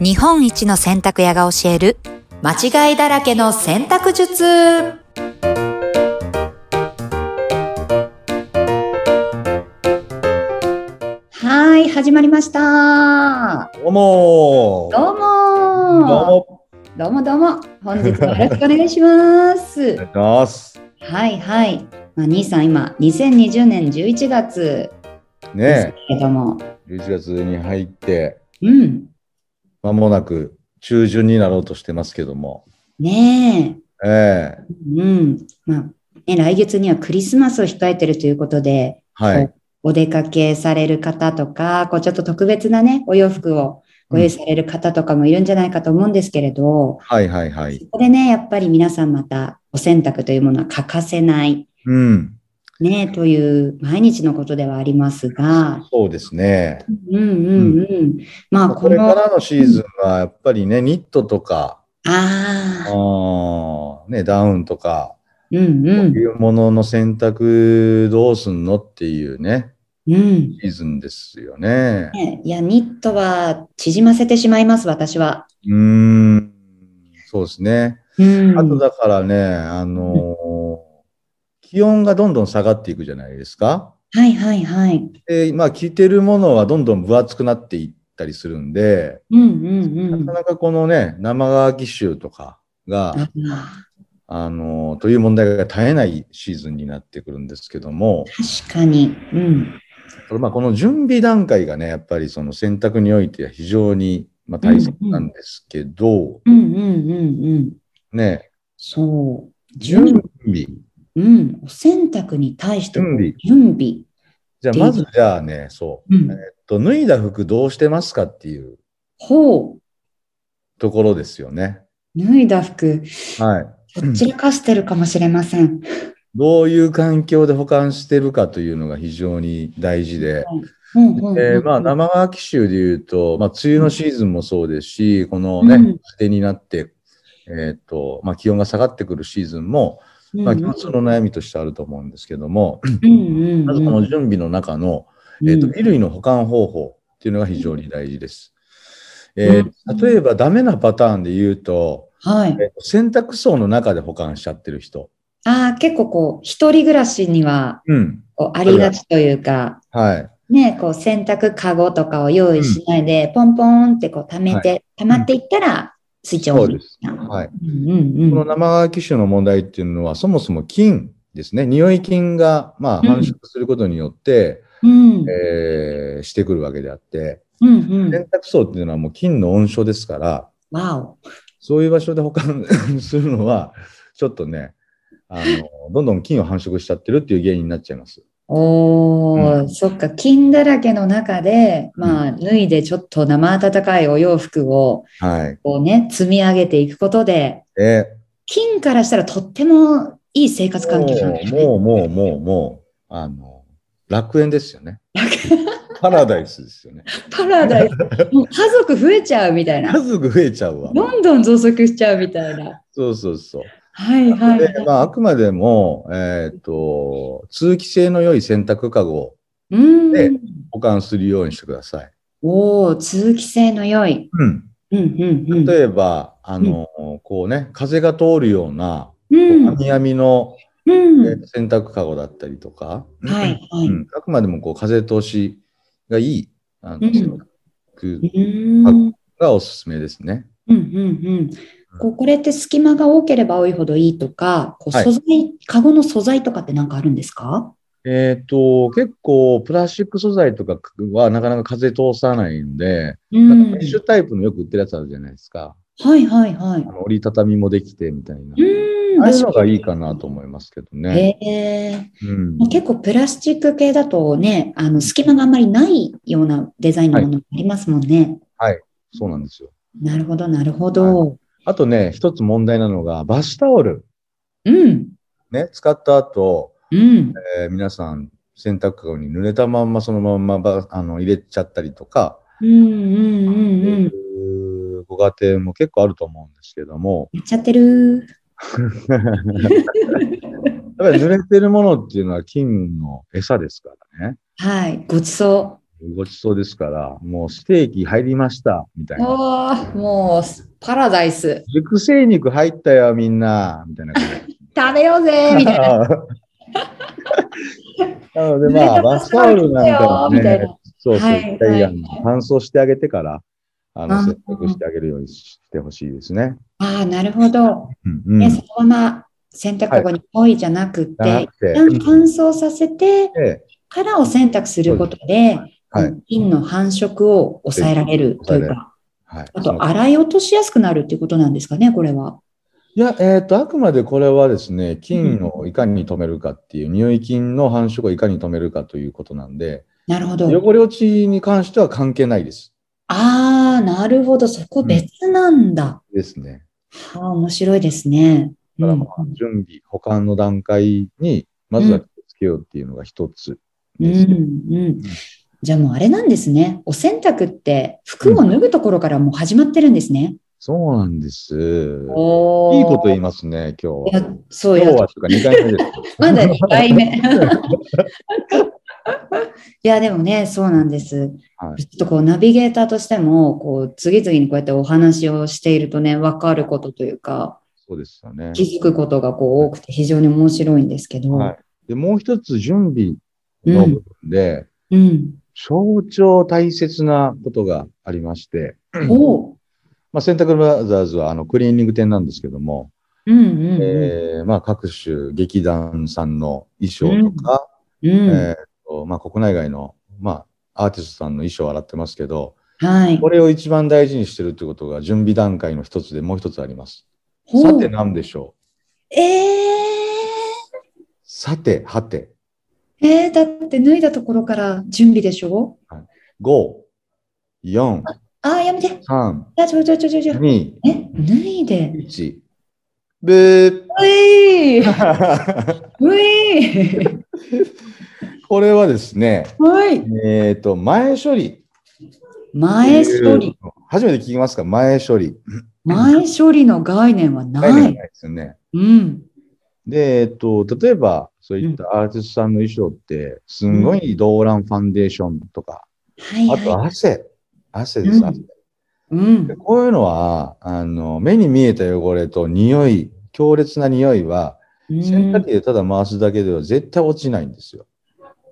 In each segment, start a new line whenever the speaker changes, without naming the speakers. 日本一の洗濯屋が教える間違いだらけの洗濯術はい始まりました
どうもー
どうも
どうも
どうもどうも本日もよろしくお願いしま
お
す
願いします。
はいはい、まあ、兄さん今2020年11月です
ね
けども、
え、11月に入って、
うん
まもなく中旬になろうとしてますけども、
ねえ
ええ
うんまあね、来月にはクリスマスを控えてるということで、
はい。
お出かけされる方とか、こうちょっと特別なね、お洋服をご用意される方とかもいるんじゃないかと思うんですけれど、
はいはいはい。
そこでね、やっぱり皆さんまたお洗濯というものは欠かせない、
うん。
ね、という毎日のことではありますが、
そうですね。
うんうんうん。まあ、
こ
こ
れか
の、あ
らのシーズンはやっぱりね、ニットとか、あ
あ、
ーね、ダウンとか、
うん
そう
うん、
いうものの選択どうすんのっていうね、
うん。
シーズンですよね。
ねいや、ニットは縮ませてしまいます、私は。
うーん。そうですね。
うん。
あとだからね、あのー気温がどんどん下がっていくじゃないですか。
はいはいはい。
で、まあ着てるものはどんどん分厚くなっていったりするんで、
うんうんうん。
なかなかこのね、生乾き臭とかが、
ああ
あのーという問題が絶えないシーズンになってくるんですけども、
確かに。うん。
これまあこの準備段階がね、やっぱりその洗濯においては非常にまあ大切なんですけど、
うんうんうんうん。
ね、
そう。
準
準
備。
うん。お洗濯に対して
準備
準備。
じゃあまずじゃあね、そう。
うん。
えっと、脱いだ服どうしてますかっていう
ほう。
ところですよね。
脱いだ服、
はい。
どっちらかしてるかもしれません。
どういう環境で保管してるかというのが非常に大事で、
うんうんうん
えーまあ、生乾き臭で言うと、まあ、梅雨のシーズンもそうですし、このね、
うん
捨てになって、えっ、と、まあ、気温が下がってくるシーズンも、
うん
まあ、共通の悩みとしてあると思うんですけども、
うんうん。
まずこの準備の中の、えっ、と、衣類の保管方法っていうのが非常に大事です。えー
うん
例えば、ダメなパターンで言うと、
はい。
えっと洗濯槽の中で保管しちゃってる人。
ああ、結構こう、一人暮らしには、
うん。
こう、ありがちというか、
はい。
ね、こう、洗濯かごとかを用意しないで、ポンポンってこう、溜めて、溜まっていったら、スイッチオン。
そうです。はい。
うんうんうん。
この生乾き臭の問題っていうのは、そもそも菌ですね。匂い菌が、まあ、
うん
繁殖することによって、
うん。
えーしてくるわけであって、
うんうん。
洗濯槽っていうのはもう菌の温床ですから、
わお。
そういう場所で保管するのは、ちょっとね、あの、どんどん菌を繁殖しちゃってるっていう原因になっちゃいます。
おー、
う
そっか、菌だらけの中で、まあ、脱いでちょっと生暖かいお洋服を、
はい。
こうね、積み上げていくことで、
え
菌からしたらとってもいい生活環境なんだよね。
もう、もう、もう、もう、もう、あの、楽園ですよね。パラダイスですよね。
パラダイ ス。もう家族増えちゃうみたい
家
な。
族増えちゃうわ。
どんどん増殖しちゃうみたいな。
そうそうそう。
はいはい。
で、まあ、あくまでも、えーっと、通気性の良い洗濯かごを
う
で
ん。
保管するようにしてください。
おー、通気性の良い。
うん。
うんうんうん。
例えば、あの、こうね、風が通るような、
うん。
網やみの、
うん。
えー洗濯かごだったりとか、
はいは
う
い。
ん、あくまでもこう風通しがいい、あの、
うん
洗
う
濯
ん。
がおすすめですね。
うんうんうん。こうこれって隙間が多ければ多いほどいいとか、こう
はい
素材、カゴの素材とかって何かあるんですか
えーっと、結構プラスチック素材とかはなかなか風通さないので、
うん。
メッシュタイプのよく売ってるやつあるじゃないですか。
はいはいはい
あ。の折りたたみもできてみたいな。
うん。
ああいうのがいいかなと思いますけどね。
へえ
うん
まあ結構プラスチック系だとね、あの隙間があんまりないようなデザインのものもありますもんね。
そうなんですよ。
なるほど、なるほど。
あとね、一つ問題なのが、バスタオル。
うん。
ね、使った後、
うん。
えー皆さん、洗濯かごに濡れたまんまそのまんまばあの入れちゃったりとか、
うんうんうんうん。
いうご家庭も結構あると思うんですけども、
やっちゃってる。
やっぱり濡れてるものっていうのは菌の餌ですからね。
はい。ごちそ
ごちそうですから、もうステーキ入りました、みたいな。
おーもう、パラダイス。
熟成肉入ったよ、みんな、みたいな感じ。
食べようぜ みたいな。
なのでまあ、バスタオルなんかは
みたい
ね
な、
そうそう、
はい
一回あの
はい
乾燥してあげてから、あ
あ
の、
ー
接着してあげるようにしてほしいですね。
ああ、なるほど。
うんうん。
ね、そのまま洗濯籠にポイじゃなくて、
じゃなくて
一旦乾燥させて
で
からお洗濯することで、
はい。
菌の繁殖を抑えられるというか、
はい。
あ
その
と洗い落としやすくなるっていうことなんですかね、これは。
いや、えっ、と、あくまでこれはですね、菌をいかに止めるかっていう、乳液菌の繁殖をいかに止めるかということなんで、
なるほど。
汚れ落ちに関しては関係ないです。
ああ、なるほど。そこ別なんだ。
ですね。
ああ、面白いですね。う
だから
ん
まあ、準備、保管の段階に、まずは気をつけようっていうのが一つ
うん
です。
うん、じゃあもうあれなんですね。お洗濯って服を脱ぐところからもう始まってるんですね。
そうなんです。い
おー
いこと言いますね、今
い
日
や
は。、
そう
今
や
日、はとか2回目です。
まだ2回 目。いや、でもね、そうなんです。
はい
ちょっとこう、ナビゲーターとしても、こう、次々にこうやってお話をしているとね、わかることというか、
そうですよね。
気づくことがこう、多くて非常に面白いんですけど、
はいで、もう一つ準備の部分で、
うん。
超超大切なことがありまして、
おう
まあ、洗濯ブラザーズはあのクリーニング店なんですけども、
うんうんうん。
えーまあ、各種劇団さんの衣装とか、
うん
えーとまあ、国内外の、まあ、アーティストさんの衣装を洗ってますけど、
はい。
これを一番大事にしてるってことが準備段階の一つでもう一つあります。
ほう
さて何でしょう
え
さて、はて、
ー、えー、だって脱いだところから準備でしょ
5、4、
あー、やめて。
3、
あ、ちょちょちょちょちょ。
2、
え、脱いで。
1、ブ
ういー
ー
ういー
これはですね、
はい。
えっ、と、前処理。
前処理。。
初めて聞きますか前処理。
前処理の概念は
概念
な
がない
い。
ですよね。
うん。
で、えっ、と、例えば、そういったアーティストさんの衣装って、すんごい動乱ファンデーションとか、
はい、
あ
は
と汗。汗です、
うん
汗
い。うん
で。こういうのは、あの、目に見えた汚れと匂い、強烈な匂いは、
うん
洗濯機でただ回すだけでは絶対落ちないんですよ。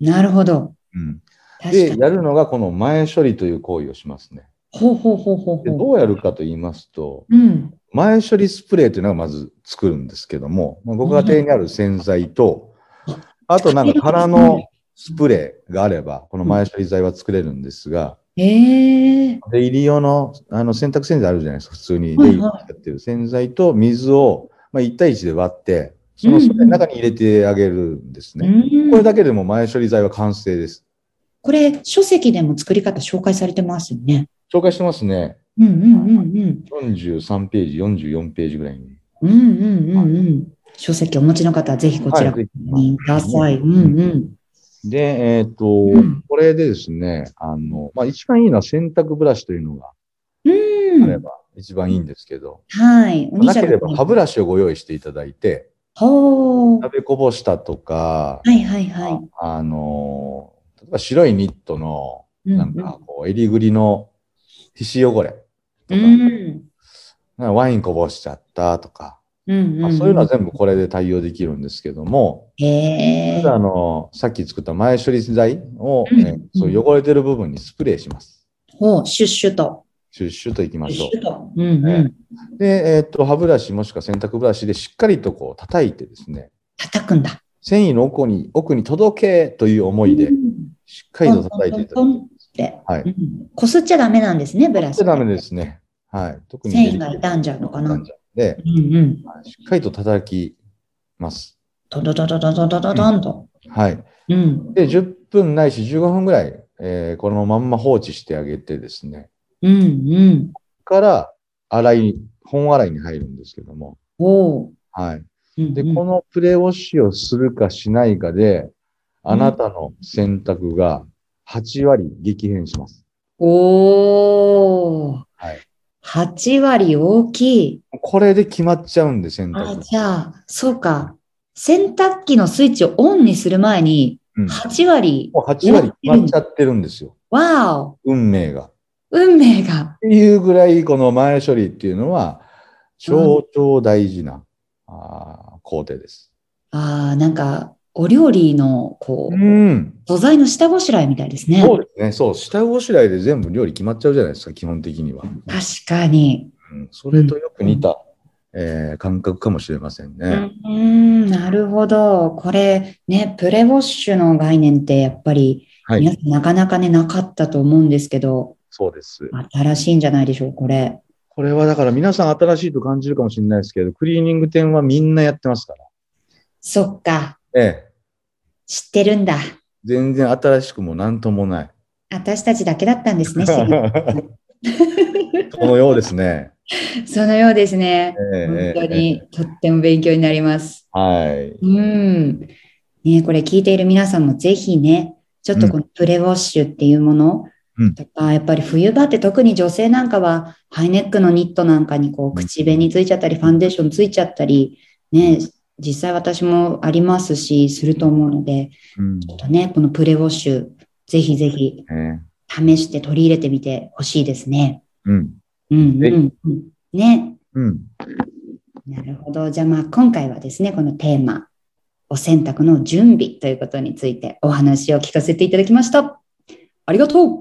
なるほど。
うん、
確か
で、
に。
やるのがこの前処理という行為をしますね。
ほうほうほうほ
で
うほう。
どうやるかと言いますと、
うん。
前処理スプレーというのがまず作るんですけども、まあご家庭にある洗剤と、あとなんか空のスプレーがあれば、この前処理剤は作れるんですが、
ええ
出入り用のあの洗濯洗剤あるじゃないですか、普通に
は
出
いはい
入りやってる洗剤と水を、まあ、1対1で割って、そのスプレーの中に入れてあげるんですね。
うん
これだけでも前処理剤は完成です。
これ、書籍でも作り方紹介されてますよね。
紹介してますね。
うんうんうんうん。
43ページ、44ページぐらいに。
うんうんうんうん。書籍お持ちの方はぜひこちらご
はいぜひ
覧ください。うんうん。
で、えっ、と、
うん
これでですね、あの、まあ、一番いいのは洗濯ブラシというのが
う
あれ
ん。
ば一番いいんですけど、
はい。お兄
な
ちゃ
け
ん
れば歯ブラシをご用意していただいて、
ほう。
食べこぼしたとか、
はいはいはい。
あの、例えば白いニットの、
う
なんかこう、襟ぐりの皮脂汚れとか、
うん
なんかワインこぼしちゃったとか、
うん
まあそういうのは全部これで対応できるんですけども、
へえ
ただあの、さっき作った前処理剤を、
うん
えーそう汚れてる部分にスプレーします。
ほう、シュッシュと。
シュッシュッといきましょう
シュッシュ。と。うんう
ね
ん。
で、えっと歯ブラシもしくは洗濯ブラシでしっかりとこう叩いてですね、
叩くんだ。
繊維の奥に奥に届けという思いで
う、ん
しっかりと叩いていただ
トン
き
トントンって。
はい
うんこすっちゃダメなんですね、ブラ
ま
シ。
す。ダメですね。はい。特に
繊維が傷んじゃうのかな
傷んじゃうんで、
うんうん。
はいしっかりと叩きます。
トントントントントントントントンと。
はい。
うん。
で、10分ないし15分ぐらい、えーこのまんま放置してあげてですね、
うんうん。
から、洗い、本洗いに入るんですけども、
ほ
はい。
う。うんうん
で、このプレウォッシュをするかしないかで、あなたの選択が8割激変します。
おー。
はい
8割大きい。
これで決まっちゃうんで、選
あ、
択。
じゃあ、そうか。洗濯機のスイッチをオンにする前に、
うん
8割
もう8割決まっちゃってるんですよ。
わお
運命が。っ
運命が。
ていうぐらい、この前処理っていうのは、超超大事な、あー工程です。
ああ、なんか、お料理の、こう、
ん。
素材の下ごしらえみたいですね。
そうですね。そう、下ごしらえで全部料理決まっちゃうじゃないですか、基本的には。
確かに。
うん、それとよく似た、えー感覚かもしれませんね。
うーん、なるほど。これ、ね、プレウォッシュの概念って、やっぱり、
はい
皆さんなかなかね、なかったと思うんですけど、
そうです。
新しいんじゃないでしょう、これ。
これはだから皆さん新しいと感じるかもしれないですけど、クリーニング店はみんなやってますか
そっか、
ら。ええ。
知ってるんだ。
全然新しくも何とも ない。
私たちだけだったんです ね、知り
このようですね。
そのようですね。
ええ
本当
ええ
に、とっても勉強になります。
はい。
うん。ね、これ聞いている皆さんもぜひね、ちょっとこのプレウォッシュっていうもの
うん
とか、やっぱり冬場って特に女性なんかは、ハイネックのニットなんかにこう、口紅ついちゃったり、ファンデーションついちゃったり、ね、実際私もありますし、すると思うので、
うん
ちょっとね、このプレウォッシュ、ぜひぜひ
ね
試して取り入れてみてほしいですね。
うん。
うん、うん、うん。ね。
うん。
なるほど。じゃあまあ今回はですね、このテーマ、お洗濯の準備ということについてお話を聞かせていただきました。ありがとう。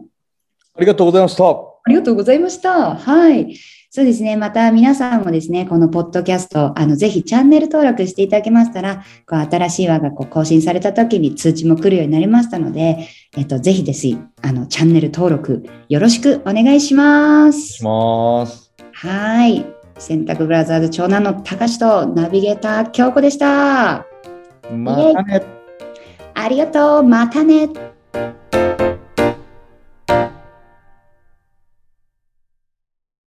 ありがとうございました。
ありがとうございました。はい。そうですね。また皆さんもですね、このポッドキャスト、あの、ぜひチャンネル登録していただけましたら、こう、新しい輪がこう更新された時に通知も来るようになりましたので、えっと、ぜひですね、あの、チャンネル登録よろしくお願いします
し。ます。
はい。洗濯ブラザーズ長男の高志とナビゲーター京子でした。
またね。
ありがとう。またね。